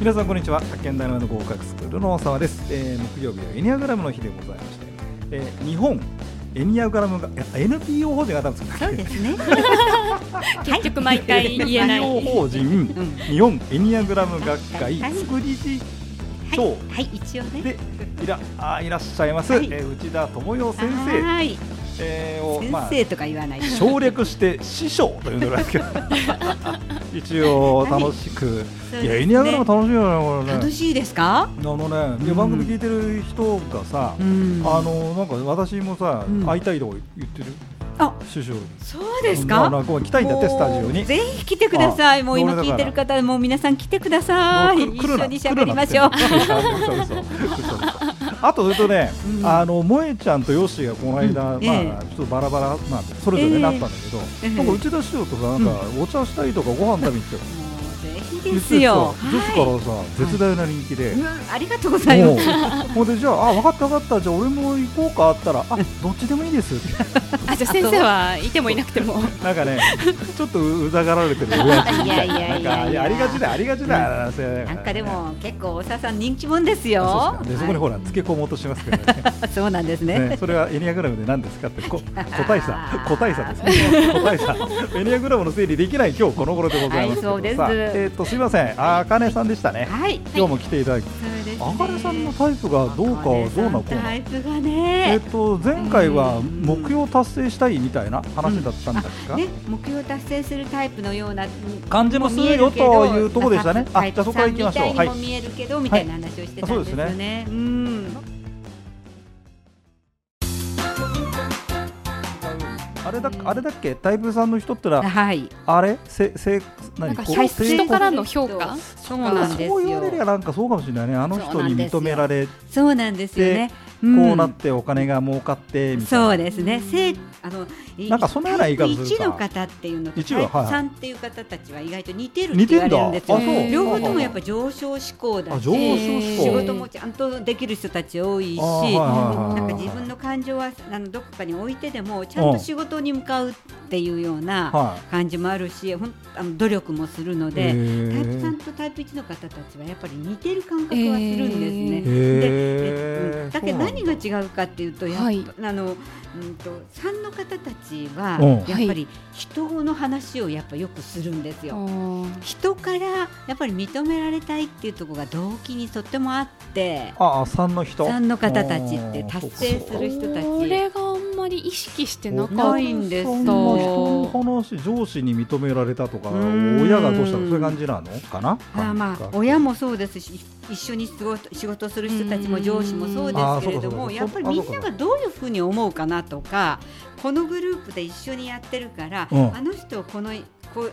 皆さんこんにちは宅建大学の合格スクールの大沢です、えー、木曜日はエニアグラムの日でございまして、えー、日本エニアグラムが NPO 法人があったんですそうです ね結局毎回言えない NPO 法人、日本エニアグラム学会副理事長、はい、はい、一応ねでいらあいらっしゃいます、はい、えー、内田智代先生はいえーを、先生とか言わない、まあ、省略して師匠というの ですけど一応楽しく、はい、いや、ね、エニアグラム楽しいよねこれね楽しいですかあのね、うん、番組聞いてる人がさ、うん、あのなんか私もさ、うん、会いたいとか言ってるあ、師匠。そうですか。なんか来たいんだってスタジオに。ぜひ来てください。もう今聞いてる方、もう皆さん来てください。一緒に喋りましょう。あとそれとね、うん、あの萌えちゃんとよしがこの間、うん、まあ、えー、ちょっとバラバラまあそれぞれなったんだけど、えー、なんか内田師匠とさなんか、うん、お茶したりとかご飯食べに行って。ですよ。女子からさ、はい、絶大な人気で、うん、ありがとうございます。ほんでじゃあ、あ、分かった分かった、じゃあ俺も行こうかあったら、あ、どっちでもいいです。あ、じゃあ先生はいてもいなくても。なんかね、 ちょっとうざがられてる親父みたいな。いやいやいやいやありがちだありがちだ、うん、なんかでも結構大沢さん人気もんですよ。でそこにほら付け込もうとしますけどね。 そうなんですね、ね、それはエニアグラムで何ですかって こ個体差個体差ですね。個体差。エニアグラムの整理できない今日この頃でございますそうです。えっ、ー、とすみません、あかねさんでしたね。はい、今日も来ていただき。あかねさんのタイプがどうかどうなタイプがね。えっ、ー、と前回は目標達成したいみたいな話だったんですか、うんうんね、目標達成するタイプのような感じもするよというところでしたね。あ、じゃあそこから行きましょう。はい。見えるけど、みたいな話をしてたんですよね。はい、ねうん。あれだあれだっけタイプさんの人ってら、はい、あれせせ何か人からの評価そうなんですよそう言われりゃなんかそうかもしれないねあの人に認められそうなんですよね、うん、こうなってお金が儲かってみたいなそうですねせあのなんかそんなような言い方すの方っていうのとタイプ三っていう方たちは意外と似てるって言われるんですよ。両方ともやっぱ上昇志向だし、仕事もちゃんとできる人たち多いし、なんか自分の感情はあのどこかに置いてでもちゃんと仕事に向かうっていうような感じもあるし、ほんあの努力もするので、タイプ三とタイプ一の方たちはやっぱり似てる感覚はするんですね。で、だけど何が違うかっていうとやっぱ、はい、あのうんと三の方たちはやっぱり人の話をやっぱよくするんですよ。はい、人からやっぱり認められたいっていうところが動機にとってもあって、ああ三の人三の方たちって達成する人たち。これがあんまり意識してなか、ないんですと。の人の話上司に認められたとか親がどうしたとそういう感じなのかな。あまあ親もそうですし一緒に仕事する人たちも上司もそうですけれどもやっぱりみんながどういうふうに思うかなとかこのグループで一緒にやってるから、うん、あの人このこ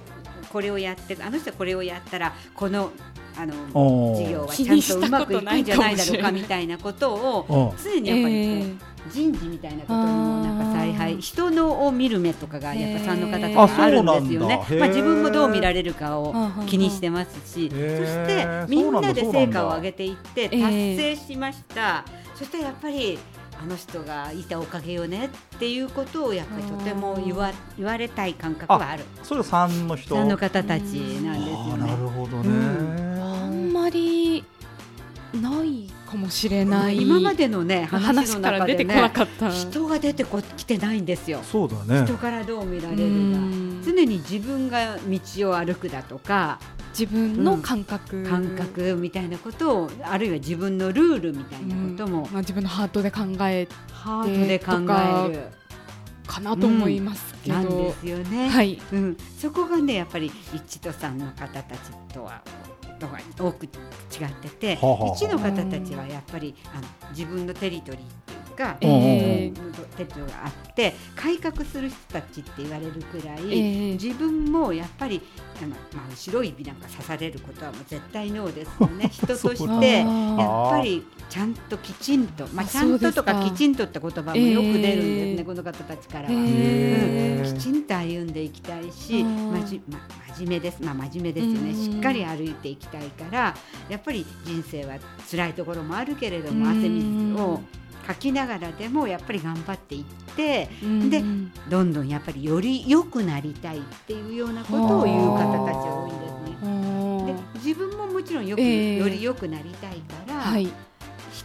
これをやってあの人これをやったらこのあの授業はちゃんとうまくいくんじゃないだろうかみたいなことを常にやっぱり、ねえー、人事みたいなことにもなんか采配人のを見る目とかがやっぱさんの方とかあるんですよね、えー、まあ、自分もどう見られるかを気にしてますし、えー、そしてみんなで成果を上げていって達成しました、そしてやっぱりあの人がいたおかげよねっていうことをやっぱりとても言わ言われたい感覚はある。それ三の人。三の方たちなんですよね。なるほどね、うんあんまりないかもしれない。今までのね話の中で、ね、出てこなかった。人が出てこ来てないんですよ。そうだね。人からどう見られるか。常に自分が道を歩くだとか。自分の感覚、うん、感覚みたいなことをあるいは自分のルールみたいなことも、うん、まあ、自分のハートで考えてハートで考えるかなと思いますけど、うん、なんですよね、はいうん、そこがねやっぱり一と三の方たちとは多く違ってて一の方たちはやっぱりあの自分のテリトリーっていうか、えー、手帳があって改革する人たちって言われるくらい、えー、自分もやっぱりあの、まあ、後ろ指なんか刺されることはもう絶対ノーですよ ね人としてやっぱりちゃんときちんと、まあ、ちゃんととかきちんとって言葉もよく出るんですね、えー、この方たちからは、うん、きちんと歩んでいきたいし、まじま、真面目です、まあ、真面目ですよね、しっかり歩いていきたいからやっぱり人生は辛いところもあるけれども汗水を書きながらでもやっぱり頑張っていって、うん、でどんどんやっぱりより良くなりたいっていうようなことを言う方たちが多いんですね。で自分ももちろんよく、ええより良くなりたいから、はい。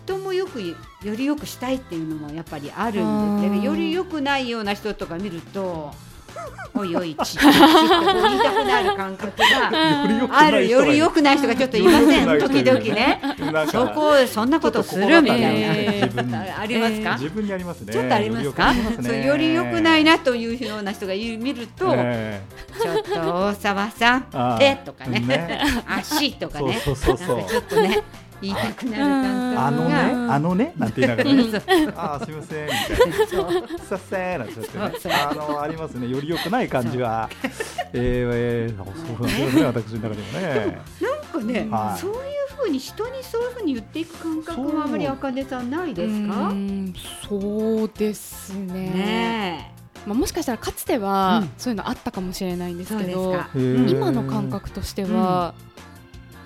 人もよくより良くしたいっていうのもやっぱりあるんあーですけどより良くないような人とか見る とおいおいちっちゃいって言いたくなる感覚がより良くなあい人がいるより良くない人がちょっといません時々ね。 なんそかこそんなことするみたいな、ええあありますか、自分にありますね。ちょっとありますかより良くなりますそうねより良くないなというような人がいる見ると、えちょっと大沢さんあー手とかねね足とかそうねそうそうなそんうかちょっとね言いたくなる感あ覚のがね、うんあのね、なんて言いながらね、あー、すみません、みたいな、そうすいません、なんて言ってねそうそうあの、ありますね、より良くない感じは。えーえー、そうなんですね、私の中でもね。なんかね、はいそういうふうに人にそういうふうに言っていく感覚そうはあまりあかねさんないでうすかんそうですねねまあ、もしかしたらかつてはうんそういうのあったかもしれないんでえそすうけですど、か、へー今の感。覚としては、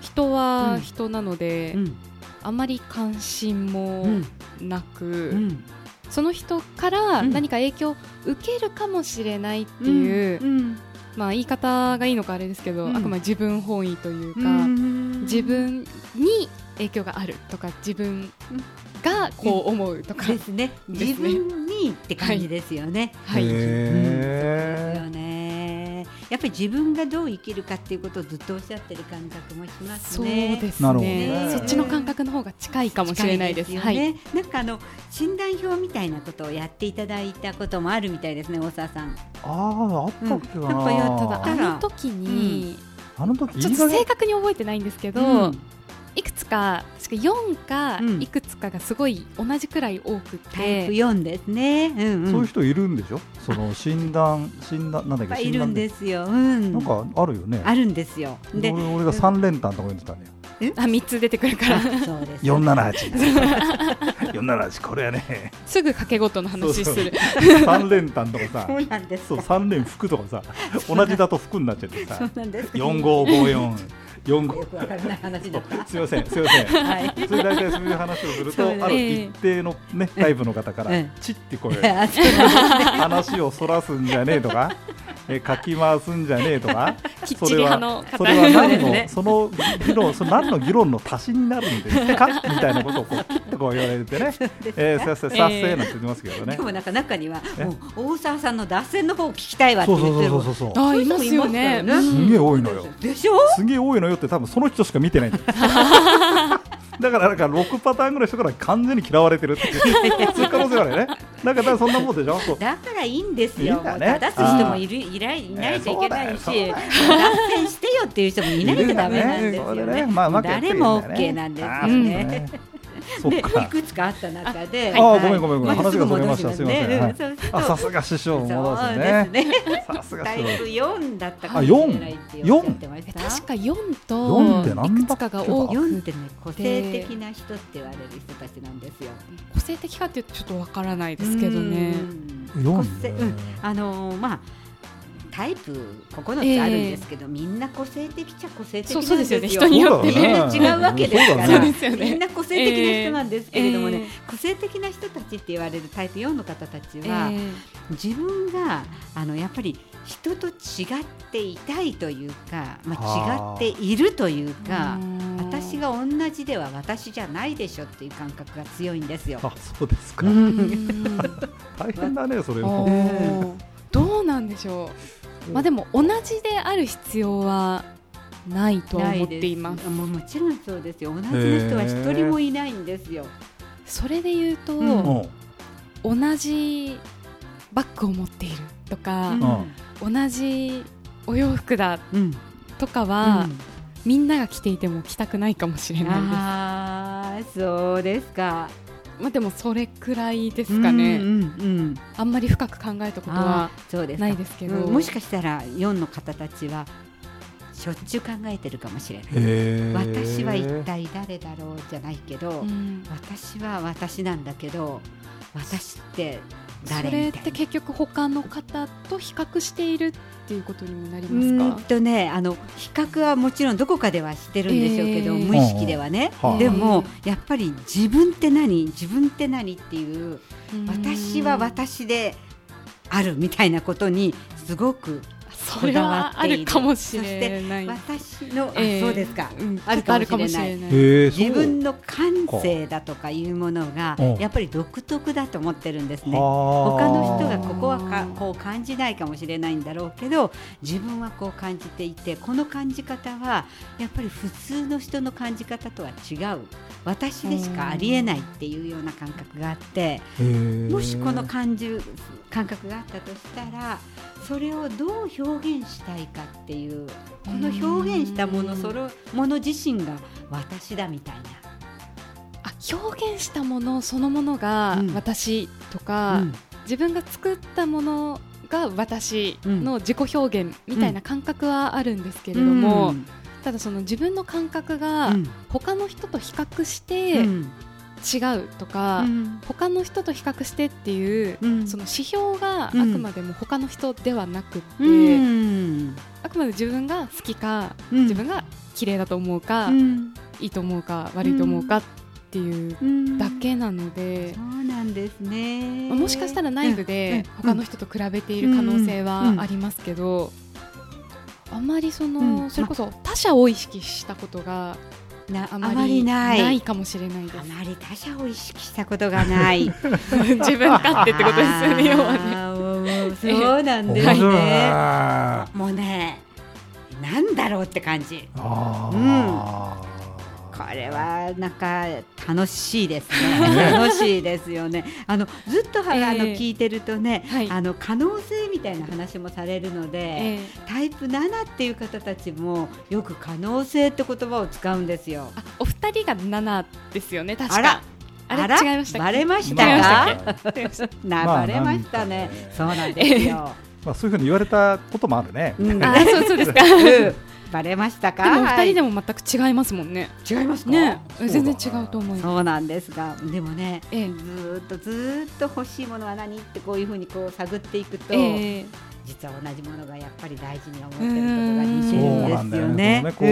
人は人なので、うんあまり関心もうんなく、うんその人からうん何か影響を受けるかもしれないっていう、うんまあ、言い方がいいのかあれですけど、うんあくまで自分本位というか、うん自分に影響があるとか自分がこう思うとか、ですね自分にって感じですよね、はい、ですよへねやっぱり自分がどう生きるかっていうことをずっとおっしゃってる感覚もしますそうね。ですなるほどねねそっちの感覚の方が近いかもしれないです。近いですよねなんかあの診断票みたいなことをやっていただいたこともあるみたいですね、大沢さん。ああ、あったっけな。うんやっぱやったただああらの時に、あの時、ちょいっい加と減正確に覚えてないんですけど、うんいくつか確か4かうんいくつかがすごい同じくらい多タくイプて、 4ですね。うんうん、そういう人いるんでしょその診断、診断、なんだっいっぱけ、い診いるん断。ですすよ。うん、なんか、あるよね。あるんですよ。で、俺俺が三連単とか言ってたね。あ3つ出てくるからそうです。四七八。四七八、これはね。すぐ掛け事の話する三連単とかさ そ。うなんですそか。う三連服とかさ同じだと服になっちゃってそさうなんです。四五五四四五よくわからない話だった。すいませんすいませんはい。それ大体そういう話をするそうとねある一定のねタイプの方かうらんチッてこうあそうです話をそらすんじゃねえと かえかき回すんじゃねえとかきっそちりれ派はのそ方れはそうで何すねのその議論その何の議論の足しになるんですかみたいなことをこう切ってこう言われてねですかえーすいませんさっせーなんて言ってますけどねでもなんか中にはえもう大沢さんの脱線の方を聞きたいわっそてう言そってうるそうそうそうあそういうい人まもすいまよすからねねうんすげえ多いのよでしょすげえ多いのよって多分その人しか見てない んだよだからなんか6パターンぐらいの人から完全に嫌われてるっていう そういう可能性があるよねなんかだからそんなもんでしょこうだからいいんですよいいんだねもう正す人もいるいないいないといけないし、えーそうだよ脱線してよっていう人もいないとダメなんですよいるねんだねまあうまくやって誰るんだよもね OK なんですあよーね。そっでいかくつかあった中で、あーごめんごめんごめんあ話がそれましたぐすいませんはい戻しすねあそさうするすが師匠と戻すそうねですね。さすがタ師イプ匠4だったかもしれないっておっしゃってました。確か4四ってとなんだっけいくつかが多く4ってね個性的な人って言われる人たちなんですよ。個性的かっていうとちょっとわからないですけどねうん。四個ね性うんあのーまあタイプ9つあるんですけど、みんな個性的っちゃ個性的なんですよ。そうそうですよね人によってみんな違うわけですから、そうだねそうですよねみんな個性的な人なんですけれどもね、えーえ個性的な人たちって言われるタイプ4の方たちえは、ー自分があのやっぱり人と違っていたいというか、まあ、あ違ーっているというか。うん私が同じでは私じゃないでしょっていう感覚が強いんですよ。あそうですかうんうん大変だねそれおもー どうなんでしょう、まあ、でも同じである必要はないとは思っていますないでもうもちろんそうですよ。同じの人は一人もいないんですよ。それで言うと、うんうん同じバッグを持っているとか、ん同じお洋服だうん。とかあは、みんなが着ていても着たくないかもしれないですあー、そうですか。まあ、でもそれくらいですかね、うんうんうん。あんまり深く考えたことはあーそうですかないですけど、うんもしかしたら四の方たちはしょっちゅう考えてるかもしれない。へー私は一体誰だろうじゃないけど、うん私は私なんだけど、私ってそ誰みたいれな。って結局他の方と比較しているっていうことにもなりうますーかんとねあの比較はもちろんどこかではしてるんでしょうけど、えー無意識ではね、はいでもやっぱり自分って何自分って何っていううん私は私であるみたいなことにすごくそれはあるかもしれない私の、ええあそうですか、うんあるちょっとかもしれないないへえそう自分の感性だとかいうものがうんやっぱり独特だと思ってるんですね。他他の人がここはかこう感じないかもしれないんだろうけど自分はこう感じていてこの感じ方はやっぱり普通の人の感じ方とは違う私でしかありえないっていうような感覚があってもしこの感じ感覚があったとしたらそれをどう表現したいかっていうこの表現したものそのもの自身が私だみたいな。あ表現したものそのものがうん私とか、うん自分が作ったものが私の自己表現みたいな感覚はあるんですけれども、うんただその自分の感覚がうん他の人と比較うしてん違うとか、他の人と比較してっていう、うんその指標があくまでも他の人ではなくって、うんあくまで自分が好きか、うん自分が綺麗だと思うか、うんいいと思うか悪いと思うかっていううんだけなのでそ、うなんですねまあもしかしたら内部でうん他の人と比べている可能性うんうはんありますけど、あんまりその、うんそれこそ他者を意識したことがなああままりりなないいかもしれないであまり他者を意識したことがないす 自分勝手ってことですよね要はね。あーもうそうなん面で白すいねねあもうねなんだろうって感じあこれはなんか楽しいですねね。楽しいですよね。あのずっとは、ええあの聞いてるとね、はいあの可能性みたいな話もされるので、ええタイプ7っていう方たちもよく可能性って言葉を使うんですよ。あお二人が7ですよね確かあらあれ違いましたっけバレまし違いたましたっかけ？な、まあバレましたねなんかねそうなんですよ。まあそういうふうに言われたこともあるね。うんあそうそ うですかうんバレましたでか？もお二人でもも全く違いますもんね違いますか？ねそうだ全然違うと思いますそうなんですが、でもね、ええずーっとずーっと欲しいものは何ってこういうふうにこう探っていくと、ええ実は同じものがやっぱり大事に思ってることが似てるんですよそうなんだよねねこうう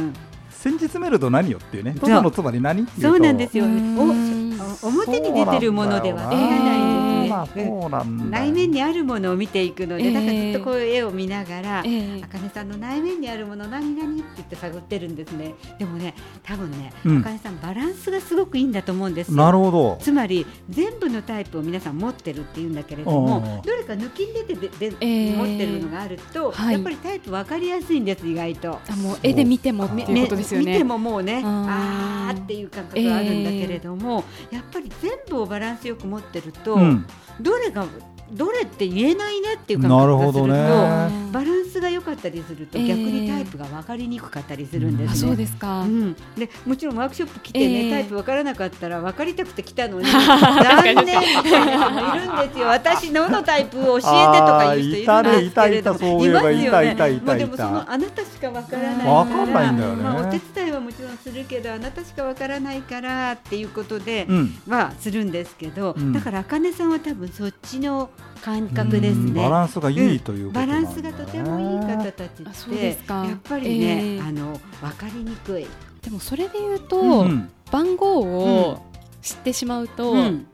ん。先日メールと何よっていうね。そうどんなのつまり何っていうとそうなんですよね。うおんお表に出てるものではわからええまあないですね。うんそうなんだ。内面にあるものを見ていくので、だからええずっとこう絵を見ながら、ええあかねさんの内面にあるもの何々って言って探ってるんですね。でもね、多分ね、うんあかねさんバランスがすごくいいんだと思うんですよ。なるほど。つまり全部のタイプを皆さん持ってるっていうんだけれどうんうんうんもどれか抜きん出てでで、ー持ってるのがあると、はいやっぱりタイプ分かりやすいんです意外と。あもう絵で見てもっていうことですよ見てねももうねああーーっていう感覚があるんだけれども、やっぱり全部をバランスよく持ってると、うん。どれがどれって言えないねっていう感覚がするとなるほどねバランスが良かったりするとえー逆にタイプが分かりにくかったりするんですね。あそうですかうん、でもちろんワークショップ来てね、ええタイプ分からなかったら分かりたくて来たのに残念みたいな人もいるんですよ私どのタイプを教えてとかいう人いるんですけれどあーいたねいたいたそうもいえいまばすよいたいたいねたまあでもそのあなたしか分からないわかんないんだよねまあ、お手伝いはもちろんするけどあなたしか分からないからっていうことで、うん。はするんですけど、うんだから茜さんは多分そっちの感覚ですうんね。バランスがいいということなバんだラねンスがとてもいい方たちっあそうでてすかやっぱりね、ええあの分かりにくい。でもそれで言うと、うん。番号を知ってしまうと、うん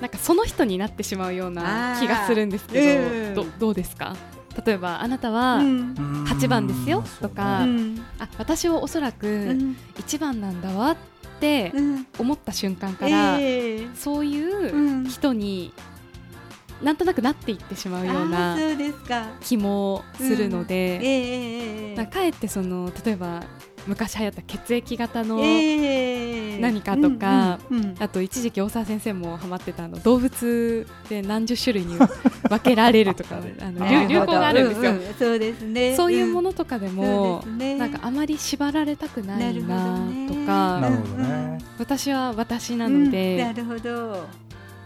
なんかその人になってしまうようなあー気がするんですけど、うんどどうですか例えばあなたは、うん8番ですよとかうんあ私はおそらうくん1番なんだわってうん思った瞬間から、ええそうういうん人になんとなくなっていってしまうようあなーそうですか。気もするのえで、えええなんかかえってその例えば昔流行った血液型の、ええ何かとかうんうんうんあと一時期大沢先生もハマってたあの動物で何十種類に分けられると かあったねあのななるほ流ど流行があるんですよ、ううそうですね。そういうもののとかでも、なんかあまり縛られたくないなとか、なるほどね。私は私なので、なるほど。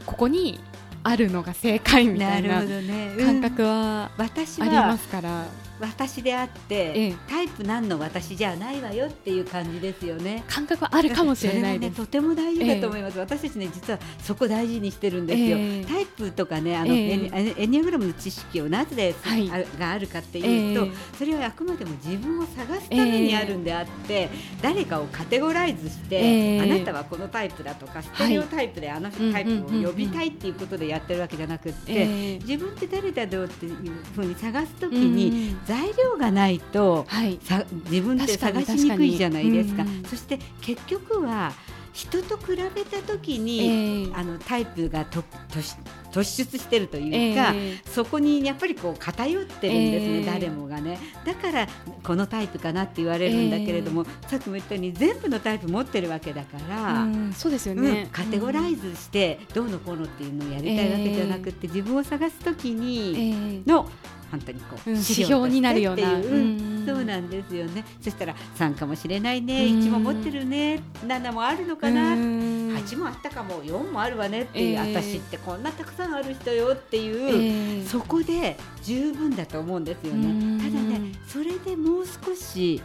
ここにあるのが正解みたないるほなどね。うん感覚は私ありまはすから、私であって、ええタイプなんの私じゃないわよっていう感じですよね。感覚はあるかもしれないでそす。はね、とても大事だと思います、私たちね実はそこ大事にしてるんですよ、ええタイプとかねあの、えエえニエニアグラムの知識をなぜ、はいあるがあるかっていうと、ええそれはあくまでも自分を探すためにあるんであって、誰かをカテゴライズして、ええあなたはこのタイプだとかステレオタイプであのタイプを呼びたいっていうことでやってるわけじゃなくって、ええ自分って誰だろうっていうふうに探すときに、うん材料がないとはい。さ自分って確か探にしにくいじゃないですか確かにうんそして結局は人と比べたときえに、ーあのタイプがと突突出してるというか、えーそこにやっぱりこう偏ってるんですね、えー誰もがねだからこのタイプかなって言われるんだけれども、さっきも言ったように全部のタイプ持ってるわけだから。うんそうですようんね。カテゴライズしてどうのこうのっていうのをやりたいわけじゃなくて、自分を探すときうんにえーの本当にこううんと指して標になるような。っていんそうなんですよね。そしたら3かもしれないね、うん1も持ってるね、7もあるのかうな、ん8もあったかも、4もあるわねっていう、えー私ってこんなたくさんある人よってえいう、ーそこで十分だと思うんですようんね。ただね、それでもう少し、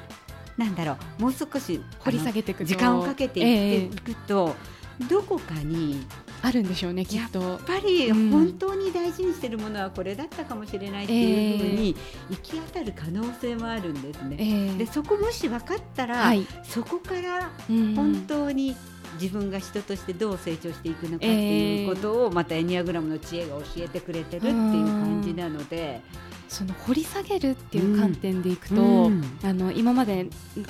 なんだろう、もう少し掘り下げげていくと時間をかけていえっていくと、どこかにーあるんでしょうねきっと。やっぱりうん本当に大事にしてるものはこれだったかもしれないっていうふうに行き当たる可能性もあるんですえね。ーでそこもし分かったら、はい。そこからうん本当に自分が人としてどう成長していくのかっていうことをまたエニアグラムの知恵が教えてくれてるっていう感じなので。その掘り下げるっていう観点でいくと、うんあの今まで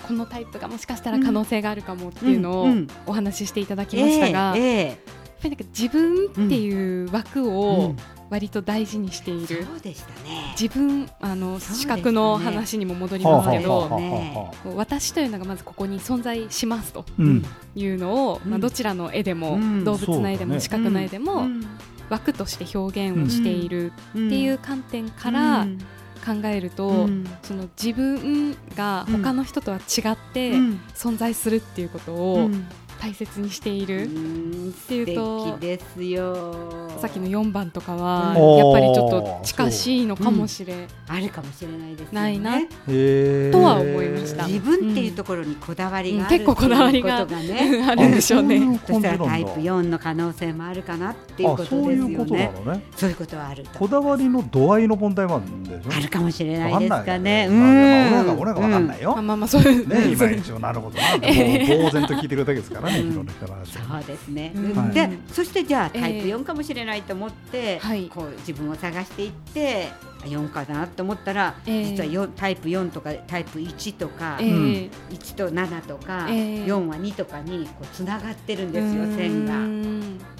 このタイプがもしかしたら可能性があるかもっていうのうんをうんお話ししていただきましえたが、やっええぱりなんか自分っていう枠えうをん割と大事にしている、そうでしたね。自分あの、そうですね資格の話にも戻りはあますはあけど、はあはあはあこう私というのがまずここに存在しますとうんいうのを、うんまあ、どちらの絵でも、うん動物のそ絵でうだもね資格の絵でも、うん枠として表現をしているっていう観点からうん考えると。うんその自分が他の人とは違ってうん存在するっていうことうをん大切にしている、うんていうと素敵ですよさっきの4番とかはうんやっぱりちょっと近しいのかもしれんあるかもしれないですよねないなへーとは思いました自分っていうところにこだわりがある、うん結構こだわりがっていうことがね あるんでしょうね。そしたらタイプ4の可能性もあるかなっていうことあですそようねいうことなのね。そういうことはあるとこだわりの度合いの問題もあるんでしょ。あるかもしれないわでんすないかよねまあまあうん俺らが俺らがわかんないよまあ。まあまあそういう、ね、今一応なるほどなって、ぼう呆然と聞いてるだけですからね、うんいろんな人の話をそうですね、うんではいそしてじゃあええタイプ4かもしれないと思って、はいこう自分を探していって4かなと思ったら、ええ実はよタイプ4とかタイプ1とか、えー1と7とか、ええ4は2とかにこうつながってるんですようーん線が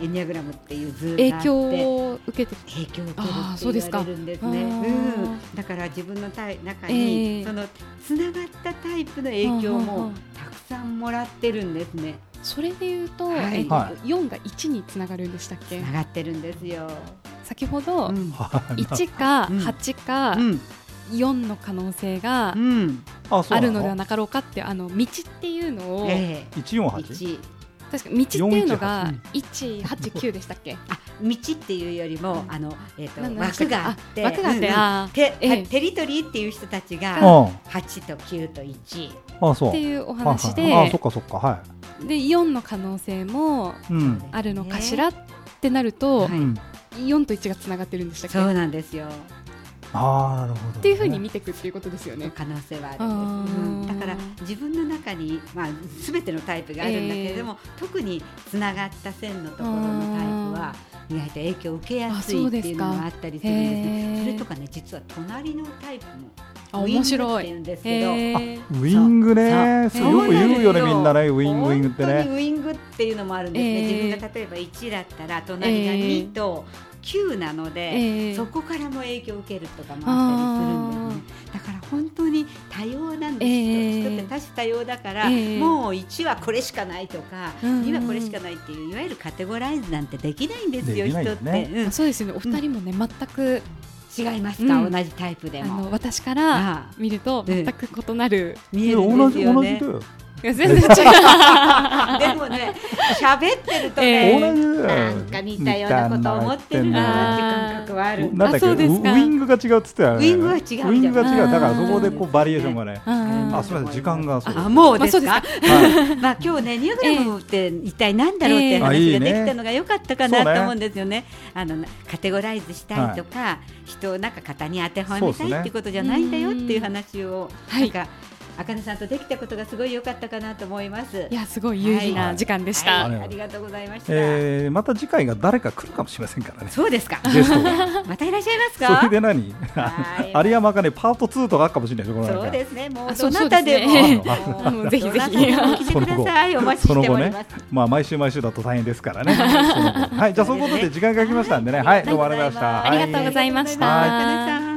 エニアグラムっていう図影があって響を受けて影響を受けるあーっそうて言ですわかれるんですね。あうーん、だから自分のたい中えに、えそのつながったタイプの影響はあはあもはたくさんもらってるんですね。それでいうと、はいえっとはい4が1につながるんでしたっつけながってるんですよ。先ほどうん1かうん8かうん4の可能性がうん、あそうなあるののではなかろうかっていうあの道っていうのをえ一四え八。一確か道っていうのが189 189でしたっけあ道っていうよりも、うんあのえっ、なんとだ枠があって枠があって、うんうんあーてええテリトリーっていう人たちうがん、八と九と一あそっうて。いうお話で、はいはいあそっかそっかはで4の可能性もい。うん。あるのかしらってなると、はいうん4と1がつながってるんでしたっけそうっなんですよ。ああなるほどね。っていうふうに見ていくっていうことですよね。可能性はあるんです、うんあーだから自分の中に、まあ、全てのタイプがあるんだけれども、特につながった線のところのタイプは意外と影響を受けやすいっていうのがあったりするんですね。それへーとかね実は隣のタイプもあ面ウィングっ白て言い。うんですけど、へーウィングね、そすうごく言うよねそうみなんなね、ウィングウィングっ本て当にね。ウイングっていうのもあるんですね、えー自分が例えば1だったら隣がえー2と9なので、えーそこからも影響を受けるとかもあったりするんですねだから本当に多様なんです、えー人って多種多様だから、えーもう1はこれしかないとか、うんうん2はこれしかないっていういわゆるカテゴライズなんてできないんですよ、できない人よって、ねうんそうですよね。お二人もね、全く違いますか、うん同じタイプであもの。私からああ見るとええ全く異なる。見えるん同ですじよ同じだね。よ。いや全 然違うでもね喋ってると ね、同じだなよんか似たようなことを思ってるなって感覚はある。なんだっけあそウうですかウイングが違うっつってたよねウイングは違うじゃんウイングが違うだからそこでこうバリエーション がねああすみません時間がそうあもうですまあか。はいまあ今日ねニューグラムって一体なんだろうって話ができたのが良かったかなあいいねと思うんですよね。あのカテゴライズしたいとか、人をなんか型に当てはめそたうですいねってことじゃないんだよっていう話をうんなんか茜さんとできたことがすごい良かったかなと思います。いやすごい有意義な時間でしはた。いありがとうございました。えーまた次回が誰か来るかもしれませんからねそうですか。ゲストが またいらっしゃいますか。それで何 はい有山がねパート2とかあるかもしれないでしょこのそう中ですね。もうあそどうなたでも、そうですねも もうぜひどぜひなたでも来てください。お待ちそのして後おりねます。、まあ毎週毎週だと大変ですから ね。その後はい、じゃあそういうことで時間が来ましたんでね、はい、どうもありがとうございました。ありがとうございましたありがとうございました。